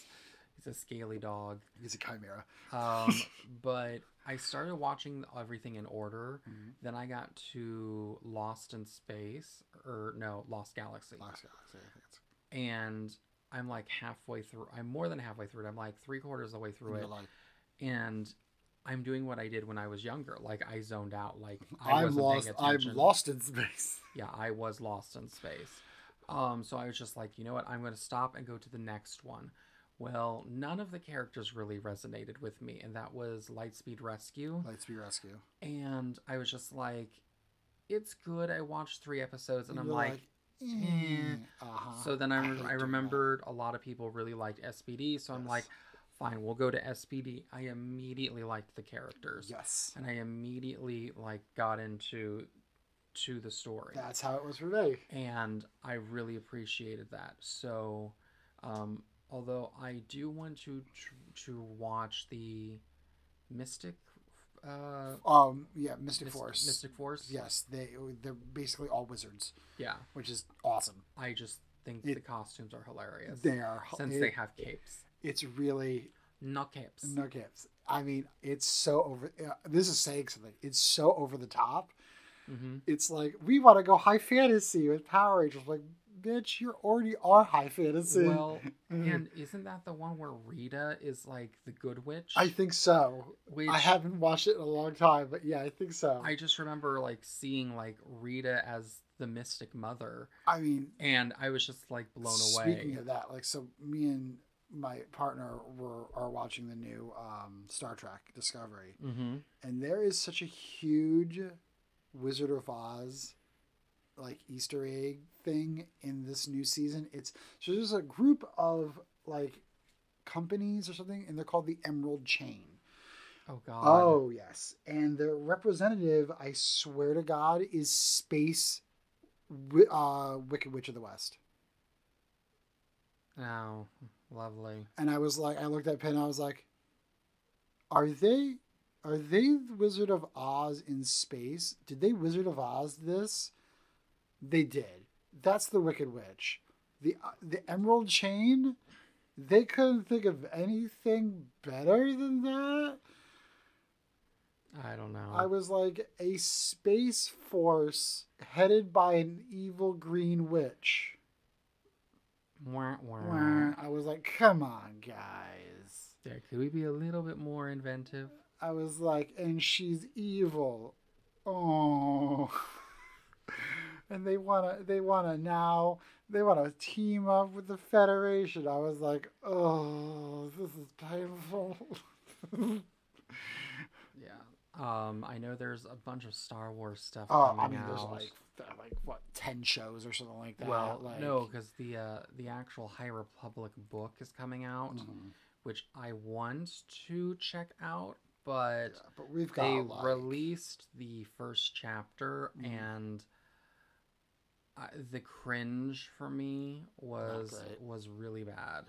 Speaker 1: He's a scaly dog.
Speaker 2: He's a chimera.
Speaker 1: [laughs] Um, but I started watching everything in order.
Speaker 2: Mm-hmm.
Speaker 1: Then I got to Lost in Space, or no, Lost Galaxy,
Speaker 2: Last guy, I think it's-
Speaker 1: and I'm like halfway through. I'm more than halfway through it. I'm like three quarters of the way through
Speaker 2: and
Speaker 1: it, [laughs]
Speaker 2: you're like,
Speaker 1: and I'm doing what I did when I was younger. Like I zoned out. Like [laughs] I
Speaker 2: I'm
Speaker 1: wasn't
Speaker 2: lost.
Speaker 1: paying
Speaker 2: I'm
Speaker 1: attention.
Speaker 2: lost in space. [laughs]
Speaker 1: yeah, I was lost in space. Um, so I was just like, you know what? I'm going to stop and go to the next one. Well, none of the characters really resonated with me, and that was Lightspeed Rescue.
Speaker 2: Lightspeed rescue.
Speaker 1: And I was just like, it's good. I watched three episodes, and I'm
Speaker 2: You're
Speaker 1: like,
Speaker 2: eh. uh-huh.
Speaker 1: so then
Speaker 2: I
Speaker 1: I,
Speaker 2: hate
Speaker 1: rem- I
Speaker 2: doing that.
Speaker 1: remembered a lot of people really liked SPD, so I'm
Speaker 2: Yes.
Speaker 1: like, fine, we'll go to SPD. I immediately liked the characters,
Speaker 2: yes.
Speaker 1: and I immediately like got into to the story
Speaker 2: That's how it was for me.
Speaker 1: and I really appreciated that. So, um, although I do want to to watch the Mystic, uh,
Speaker 2: Um, yeah, Mystic
Speaker 1: Myst-
Speaker 2: Force.
Speaker 1: Mystic Force.
Speaker 2: Yes, they they're basically all wizards,
Speaker 1: yeah.
Speaker 2: which is awesome.
Speaker 1: I just think
Speaker 2: It-
Speaker 1: the costumes are hilarious
Speaker 2: They are
Speaker 1: since
Speaker 2: it-
Speaker 1: they have capes,
Speaker 2: It's really
Speaker 1: not capes.
Speaker 2: No gifts. I mean, it's so over. Uh, this is saying something. It's so over the top.
Speaker 1: hmm
Speaker 2: It's like we want to go high fantasy with Power Rangers. Like, bitch, you already are high fantasy.
Speaker 1: Well,
Speaker 2: [laughs] Mm.
Speaker 1: and isn't that the one where Rita is like the good witch?
Speaker 2: I think so.
Speaker 1: which
Speaker 2: I haven't watched it in a long time, but yeah, I think so.
Speaker 1: I just remember like seeing like Rita as the Mystic Mother,
Speaker 2: I mean,
Speaker 1: and I was just like blown away.
Speaker 2: Speaking of that, like, so me and my partner were are watching the new um, Star Trek Discovery,
Speaker 1: Mm-hmm.
Speaker 2: and there is such a huge Wizard of Oz like Easter egg thing in this new season. It's so there's a group of like companies or something, and they're called the Emerald Chain.
Speaker 1: Oh God.
Speaker 2: Oh yes, and their representative, I swear to God, is Space Wi- uh, Wicked Witch of the West.
Speaker 1: Oh, lovely.
Speaker 2: And I was like, I looked at Penn, I was like, are they are they the Wizard of Oz in space? Did they Wizard of Oz this? They did. That's the Wicked Witch. The uh, the Emerald Chain. They couldn't think of anything better than that.
Speaker 1: I don't know.
Speaker 2: I was like a space force headed by an evil green witch.
Speaker 1: Wah, wah.
Speaker 2: I was like, come on, guys.
Speaker 1: Yeah, could we be a little bit more inventive?
Speaker 2: I was like, and she's evil. Oh. [laughs] and they wanna they wanna now they wanna team up with the Federation. I was like, oh, this is painful. [laughs]
Speaker 1: Yeah. Um, I know there's a bunch of Star Wars stuff
Speaker 2: oh, I
Speaker 1: coming
Speaker 2: mean, there's
Speaker 1: out.
Speaker 2: like th- like what ten shows or something like that.
Speaker 1: well,
Speaker 2: like,
Speaker 1: no, because the uh, the actual High Republic book is coming out,
Speaker 2: Mhm.
Speaker 1: which I want to check out, but
Speaker 2: Yeah, but we've got
Speaker 1: they
Speaker 2: like,
Speaker 1: released the first chapter,
Speaker 2: Mhm.
Speaker 1: and I, the cringe for me was
Speaker 2: great.
Speaker 1: was really bad.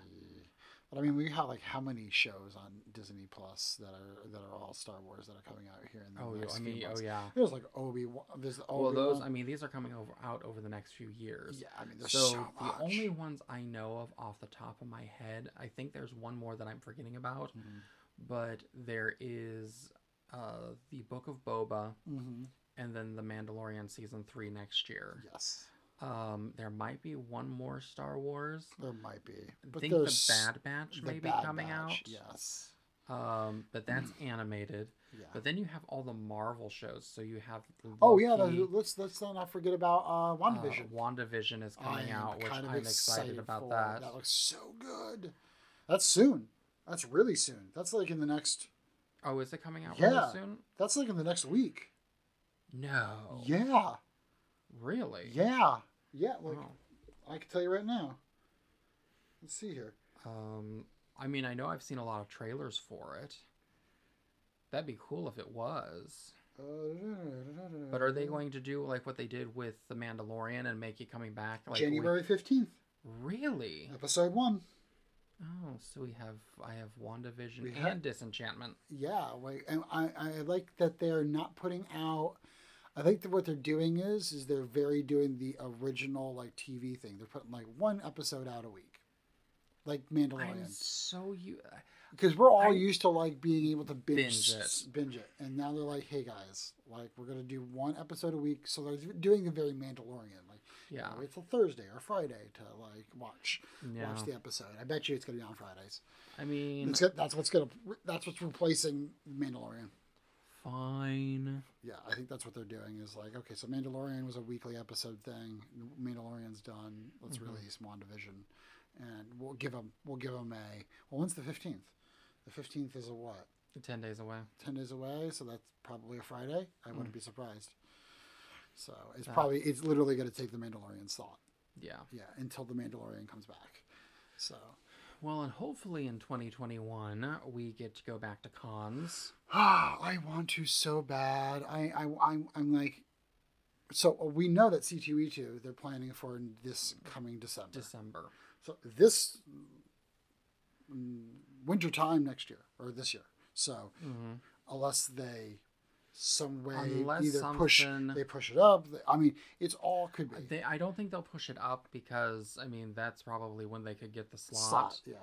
Speaker 2: But I mean, we have like how many shows on Disney Plus that are that are all Star Wars that are coming out here in the
Speaker 1: Oh, I
Speaker 2: next Mm-hmm. few
Speaker 1: mean,
Speaker 2: months.
Speaker 1: oh yeah.
Speaker 2: There's like Obi Wan. There's Obi
Speaker 1: Well, those I mean, these are coming over out over the next few years.
Speaker 2: yeah, I mean, there's
Speaker 1: So,
Speaker 2: so, much.
Speaker 1: the only ones I know of off the top of my head, I think there's one more that I'm forgetting about,
Speaker 2: Mm-hmm.
Speaker 1: but there is uh, the Book of Boba
Speaker 2: Mm-hmm.
Speaker 1: and then The Mandalorian season three next year.
Speaker 2: Yes,
Speaker 1: Um, there might be one more Star Wars.
Speaker 2: there might be,
Speaker 1: I
Speaker 2: but
Speaker 1: think
Speaker 2: there's
Speaker 1: the Bad Batch
Speaker 2: the
Speaker 1: may be
Speaker 2: Bad
Speaker 1: coming
Speaker 2: Batch,
Speaker 1: out.
Speaker 2: Yes,
Speaker 1: Um, but that's
Speaker 2: [clears throat]
Speaker 1: animated.
Speaker 2: yeah.
Speaker 1: But then you have all the Marvel shows. So you have
Speaker 2: oh yeah,
Speaker 1: Loki,
Speaker 2: the- let's let's not forget about uh,
Speaker 1: uh,
Speaker 2: WandaVision.
Speaker 1: WandaVision is
Speaker 2: I
Speaker 1: coming
Speaker 2: am
Speaker 1: out, which
Speaker 2: kind of
Speaker 1: I'm excited about
Speaker 2: for.
Speaker 1: that.
Speaker 2: That looks so good. That's soon. That's really soon. That's like in the next.
Speaker 1: Oh, is it coming out
Speaker 2: Yeah.
Speaker 1: really soon?
Speaker 2: That's like in the next week.
Speaker 1: No.
Speaker 2: Yeah.
Speaker 1: Really?
Speaker 2: Yeah. Yeah. Like
Speaker 1: Oh.
Speaker 2: I can tell you right now. Let's see here.
Speaker 1: Um, I mean, I know I've seen a lot of trailers for it. That'd be cool if it was.
Speaker 2: Uh,
Speaker 1: But are
Speaker 2: Mm-hmm.
Speaker 1: they going to do like what they did with The Mandalorian and make it coming back like a week-
Speaker 2: January fifteenth,
Speaker 1: Really?
Speaker 2: episode one?
Speaker 1: Oh, so we have I have WandaVision
Speaker 2: We
Speaker 1: and
Speaker 2: had-
Speaker 1: Disenchantment.
Speaker 2: Yeah, like and I, I like that they're not putting out. I think that what they're doing is is they're very doing the original like TV thing. They're putting like one episode out a week, like
Speaker 1: I'm
Speaker 2: Mandalorian,
Speaker 1: so you
Speaker 2: because we're all
Speaker 1: I-
Speaker 2: used to like being able to
Speaker 1: Binge
Speaker 2: binge binge
Speaker 1: it.
Speaker 2: it. binge it, and now they're like, hey guys, like we're gonna do one episode a week. So they're doing the very Mandalorian, like
Speaker 1: yeah
Speaker 2: you know, it's a Thursday or Friday to like watch.
Speaker 1: yeah.
Speaker 2: watch the episode. I bet you it's going to be on Fridays.
Speaker 1: I mean,
Speaker 2: It's got, that's what's going to that's what's replacing Mandalorian.
Speaker 1: fine.
Speaker 2: Yeah, I think that's what they're doing is like, okay, so Mandalorian was a weekly episode thing. Mandalorian's done. Let's
Speaker 1: Mhm.
Speaker 2: release WandaVision, and we'll give them we'll give them a well. When's the fifteenth? The fifteenth is a what?
Speaker 1: Ten days away.
Speaker 2: Ten days away, so that's probably a Friday. I wouldn't
Speaker 1: Mm.
Speaker 2: be surprised. So it's
Speaker 1: Uh.
Speaker 2: probably it's literally going to take the Mandalorian slot.
Speaker 1: Yeah.
Speaker 2: Yeah, until the Mandalorian comes back. So
Speaker 1: Well, and hopefully in 2021 we get to go back to cons.
Speaker 2: Ah, [sighs] I want to so bad. I, I, I'm, I'm like, so we know that C2E2 they're planning for in this coming December.
Speaker 1: December.
Speaker 2: so this mm, winter time next year or this year. So
Speaker 1: hmm
Speaker 2: unless they some way
Speaker 1: Unless
Speaker 2: either push
Speaker 1: something-
Speaker 2: they push it up. they- I mean, it's all could be
Speaker 1: They, I don't think they'll push it up because I mean that's probably when they could get the slot.
Speaker 2: slot. Yeah,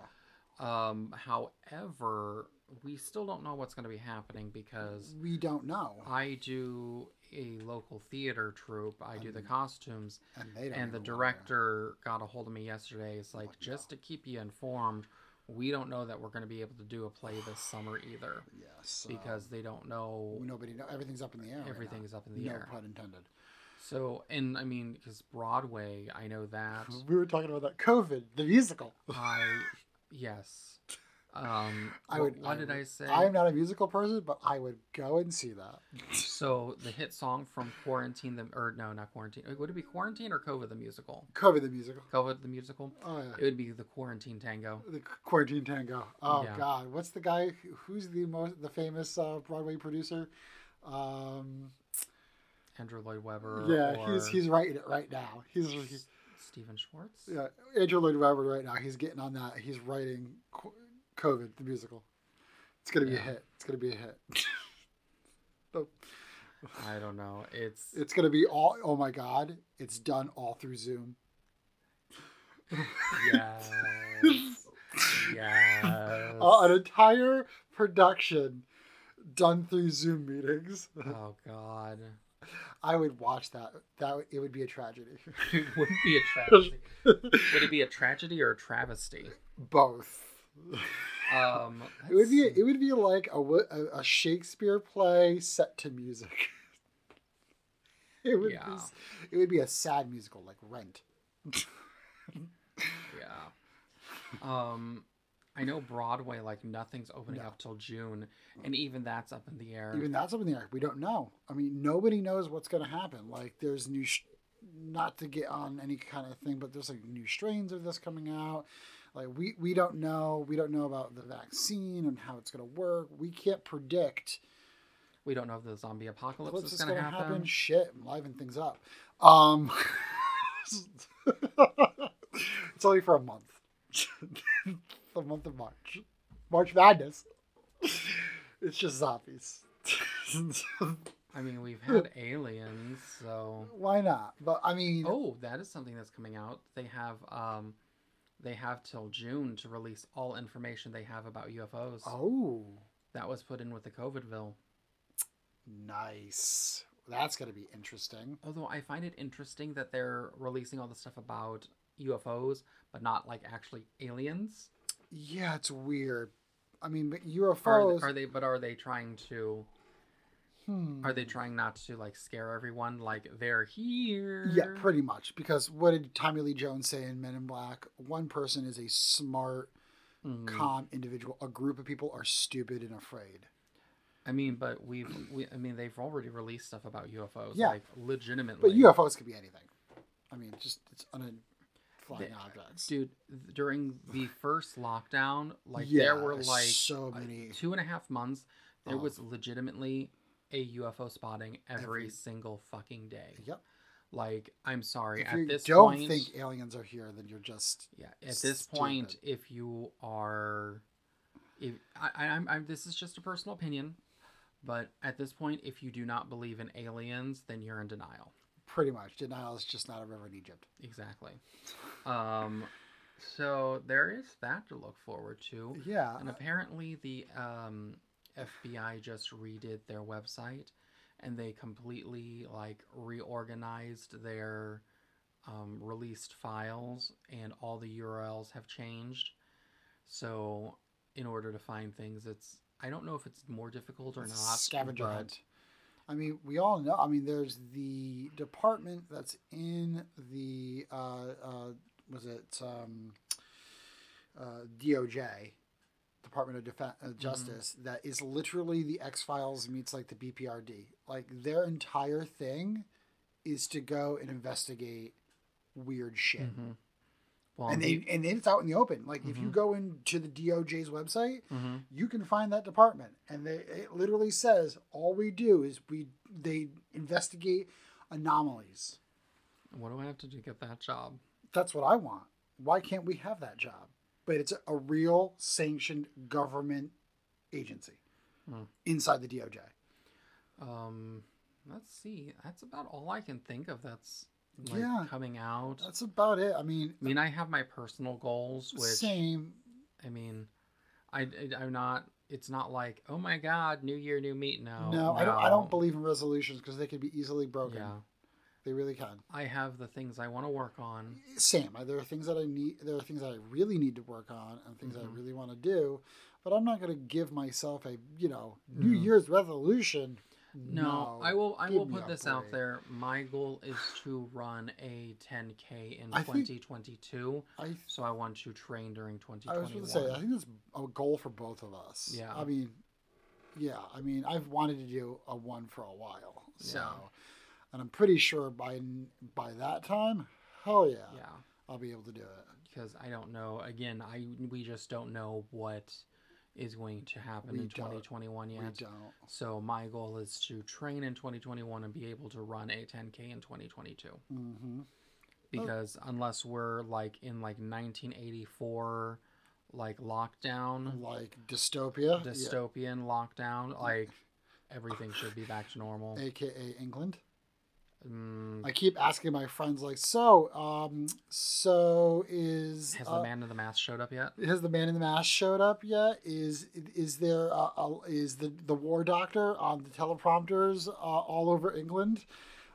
Speaker 1: Um, however, we still don't know what's going to be happening because Uh,
Speaker 2: we don't know,
Speaker 1: I do a local theater troupe. I do the
Speaker 2: Um,
Speaker 1: costumes,
Speaker 2: and they don't.
Speaker 1: and the
Speaker 2: even wanna know.
Speaker 1: director got a hold of me yesterday. It's like
Speaker 2: What now?
Speaker 1: just to keep you informed, we don't know that we're going to be able to do a play this summer either
Speaker 2: Yes, [sighs] so
Speaker 1: because they don't know
Speaker 2: nobody know everything's up in the air.
Speaker 1: everything is up in
Speaker 2: right
Speaker 1: the
Speaker 2: now. no
Speaker 1: air.
Speaker 2: pun intended.
Speaker 1: So, and I mean, because Broadway, I know that.
Speaker 2: We were talking about that COVID, the musical.
Speaker 1: I yes. Um,
Speaker 2: [laughs] I
Speaker 1: wh-
Speaker 2: would-
Speaker 1: what
Speaker 2: I
Speaker 1: did
Speaker 2: would-
Speaker 1: I say?
Speaker 2: I am not a musical person, but I would go and see that.
Speaker 1: So the hit song from Quarantine, the or no, not Quarantine. Would it be Quarantine or COVID the musical?
Speaker 2: COVID the musical.
Speaker 1: COVID the musical.
Speaker 2: Oh
Speaker 1: It
Speaker 2: yeah.
Speaker 1: would be the Quarantine Tango.
Speaker 2: The quarantine tango. Oh
Speaker 1: Yeah.
Speaker 2: God, what's the guy? who- Who's the most the famous uh, Broadway producer? Um,
Speaker 1: Andrew Lloyd Webber.
Speaker 2: yeah,
Speaker 1: or
Speaker 2: he's he's writing it right now. He's
Speaker 1: S- Stephen Schwartz.
Speaker 2: yeah, Andrew Lloyd Webber right now. He's getting on that. He's writing Qu- COVID the musical. It's gonna be a
Speaker 1: Yeah.
Speaker 2: hit. It's gonna be a hit. [laughs]
Speaker 1: I don't know. It's
Speaker 2: [laughs] It's gonna be all. Oh my God! It's done all through Zoom.
Speaker 1: yes, yes.
Speaker 2: uh, an entire production done through Zoom meetings. [laughs]
Speaker 1: oh God, [laughs]
Speaker 2: I would watch that. That would, it would be a tragedy. [laughs]
Speaker 1: it would be a tragedy. would it be a tragedy or a travesty?
Speaker 2: Both.
Speaker 1: Um,
Speaker 2: It would be
Speaker 1: let's
Speaker 2: it would be like a wo- a, a Shakespeare play set to music. [laughs] It would be,
Speaker 1: Yeah.
Speaker 2: s- it would be a sad musical like Rent.
Speaker 1: Yeah. Um, I know Broadway, like nothing's opening
Speaker 2: No.
Speaker 1: up till June, and even that's up in the air.
Speaker 2: Even that's something that we don't know. I mean, nobody knows what's going to happen. Like there's new, sh- not to get on any kind of thing, but there's like new strains of this coming out. Like we we don't know. We don't know about the vaccine and how it's going to work. We can't predict.
Speaker 1: we don't know if the zombie apocalypse is
Speaker 2: What's this
Speaker 1: going to
Speaker 2: gonna
Speaker 1: happen.
Speaker 2: happen? Shit, I'm liven things up. Um, [laughs] it's only for a month. [laughs] the month of March, March Madness. It's just zombies. [laughs]
Speaker 1: I mean, we've had aliens, so
Speaker 2: [laughs] Why not? But I mean,
Speaker 1: oh, that is something that's coming out. They have um, they have till June to release all information they have about UFOs.
Speaker 2: oh,
Speaker 1: That was put in with the COVID bill.
Speaker 2: nice. That's gonna be interesting.
Speaker 1: Although I find it interesting that they're releasing all the stuff about UFOs, but not like actually aliens.
Speaker 2: Yeah, it's weird. I mean, but
Speaker 1: Are,
Speaker 2: UFOs.
Speaker 1: are they? But are they trying to?
Speaker 2: hmm.
Speaker 1: Are they trying not to like scare everyone? Like they're here.
Speaker 2: Yeah, pretty much. Because what did Tommy Lee Jones say in Men in Black? One person is a smart,
Speaker 1: Mm.
Speaker 2: calm individual. A group of people are stupid and afraid.
Speaker 1: I mean, but we've. We, I mean, they've already released stuff about UFOs.
Speaker 2: Yeah.
Speaker 1: Like legitimately.
Speaker 2: But UFOs could be anything. I mean, just it's un- flying
Speaker 1: They-
Speaker 2: objects.
Speaker 1: Dude, during the first lockdown, like
Speaker 2: Yeah,
Speaker 1: there were like
Speaker 2: so
Speaker 1: uh,
Speaker 2: many.
Speaker 1: two and a half months. There
Speaker 2: Oh.
Speaker 1: was legitimately a UFO spotting every,
Speaker 2: Every-
Speaker 1: single fucking day.
Speaker 2: Yep.
Speaker 1: Like, I'm sorry.
Speaker 2: If
Speaker 1: at
Speaker 2: you
Speaker 1: this
Speaker 2: don't
Speaker 1: point,
Speaker 2: think aliens are here, then you're just
Speaker 1: yeah. At this point,
Speaker 2: stupid.
Speaker 1: if you are, if I, I- I'm, I'm, this is just a personal opinion, but at this point, if you do not believe in aliens, then you're in denial.
Speaker 2: pretty much denial is just not a river in Egypt.
Speaker 1: Exactly. Um, so there is that to look forward to.
Speaker 2: Yeah. uh,
Speaker 1: And apparently, the um, FBI just redid their website, and they completely like reorganized their um, released files, and all the URLs have changed. So, in order to find things, it's I don't know if it's more difficult or
Speaker 2: It's
Speaker 1: not.
Speaker 2: a Scavenger
Speaker 1: but-
Speaker 2: hunt. I mean, we all know. I mean, there's the department that's in the uh, uh, was it um, uh, DOJ, Department of Defe-
Speaker 1: Mm-hmm.
Speaker 2: uh, Justice, that is literally the X Files meets like the BPRD. Like their entire thing is to go and investigate weird shit
Speaker 1: Mhm. Well,
Speaker 2: and
Speaker 1: the-
Speaker 2: they and it's out in the open like if you
Speaker 1: Mhm.
Speaker 2: go into the doj's website
Speaker 1: mhm.
Speaker 2: you can find that department and they, it literally says all we do is we they investigate anomalies
Speaker 1: what do I have to do to get that job?
Speaker 2: that's what i want why can't we have that job but it's a real sanctioned government agency
Speaker 1: Hmm.
Speaker 2: inside the doj
Speaker 1: Um, let's see. That's about all I can think of. That's like
Speaker 2: Yeah.
Speaker 1: coming out.
Speaker 2: that's about it i mean
Speaker 1: I mean, I have my personal goals, which
Speaker 2: same
Speaker 1: I mean, I, I am not. It's not like oh my god, new year, new meat. No,
Speaker 2: no, i don't i don't believe in resolutions because they can be easily broken
Speaker 1: Yeah,
Speaker 2: they really can
Speaker 1: I have the things I want to work on.
Speaker 2: same. There are things that I need. There are things that I really need to work on, and things
Speaker 1: Mhm.
Speaker 2: I really want to do. But I'm not going to give myself a you know New
Speaker 1: No.
Speaker 2: Year's resolution.
Speaker 1: Mm-hmm. No, I will. I
Speaker 2: give
Speaker 1: will
Speaker 2: me
Speaker 1: put
Speaker 2: a
Speaker 1: this out
Speaker 2: break.
Speaker 1: there. My goal is to run a 10k in
Speaker 2: I think-
Speaker 1: 2022.
Speaker 2: I th-
Speaker 1: So I want to train during
Speaker 2: I
Speaker 1: 2021.
Speaker 2: was going to say I think that's a goal for both of us.
Speaker 1: Yeah.
Speaker 2: I mean, yeah. I mean, I've wanted to do a one for a while. So,
Speaker 1: Yeah.
Speaker 2: and I'm pretty sure by by that time, hell yeah,
Speaker 1: yeah.
Speaker 2: I'll be able to do it.
Speaker 1: because I don't know. Again, I we just don't know what is going to happen
Speaker 2: We
Speaker 1: in
Speaker 2: don't.
Speaker 1: 2021
Speaker 2: We
Speaker 1: yet.
Speaker 2: don't.
Speaker 1: So my goal is to train in 2021 and be able to run a 10k in 2022.
Speaker 2: hmm
Speaker 1: Because unless we're like in like 1984, like lockdown,
Speaker 2: Like dystopia, yeah,
Speaker 1: dystopian lockdown, like everything should be back to normal.
Speaker 2: aka England.
Speaker 1: Mm,
Speaker 2: I keep asking my friends, like, so, um, so is
Speaker 1: has
Speaker 2: uh,
Speaker 1: the man in the mask showed up yet?
Speaker 2: has the man in the mask showed up yet? Is is there uh, a, is the the war doctor on the teleprompters uh, all over England?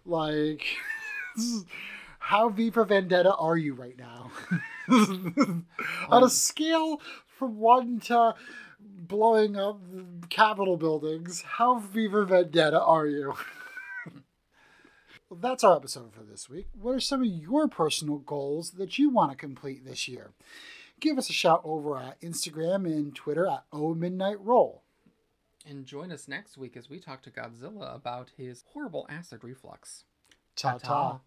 Speaker 2: Like, [laughs] how V for Vendetta are you right now? on a scale from one to blowing up Capitol buildings. How Beaver Vendetta are you? [laughs] well, that's our episode for this week. What are some of your personal goals that you want to complete this year? Give us a shout over at Instagram and Twitter at O Midnight Roll.
Speaker 1: And join us next week as we talk to Godzilla about his horrible acid reflux.
Speaker 2: Ta ta.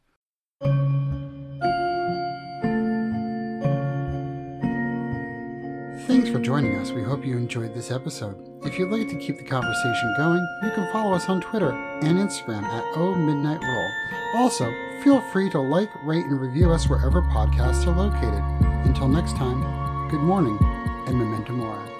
Speaker 2: Thanks for joining us. We hope you enjoyed this episode. If you'd like to keep the conversation going, you can follow us on Twitter and Instagram at O Midnight Roll. Also, feel free to like, rate, and review us wherever podcasts are located. Until next time, good morning and memento mori.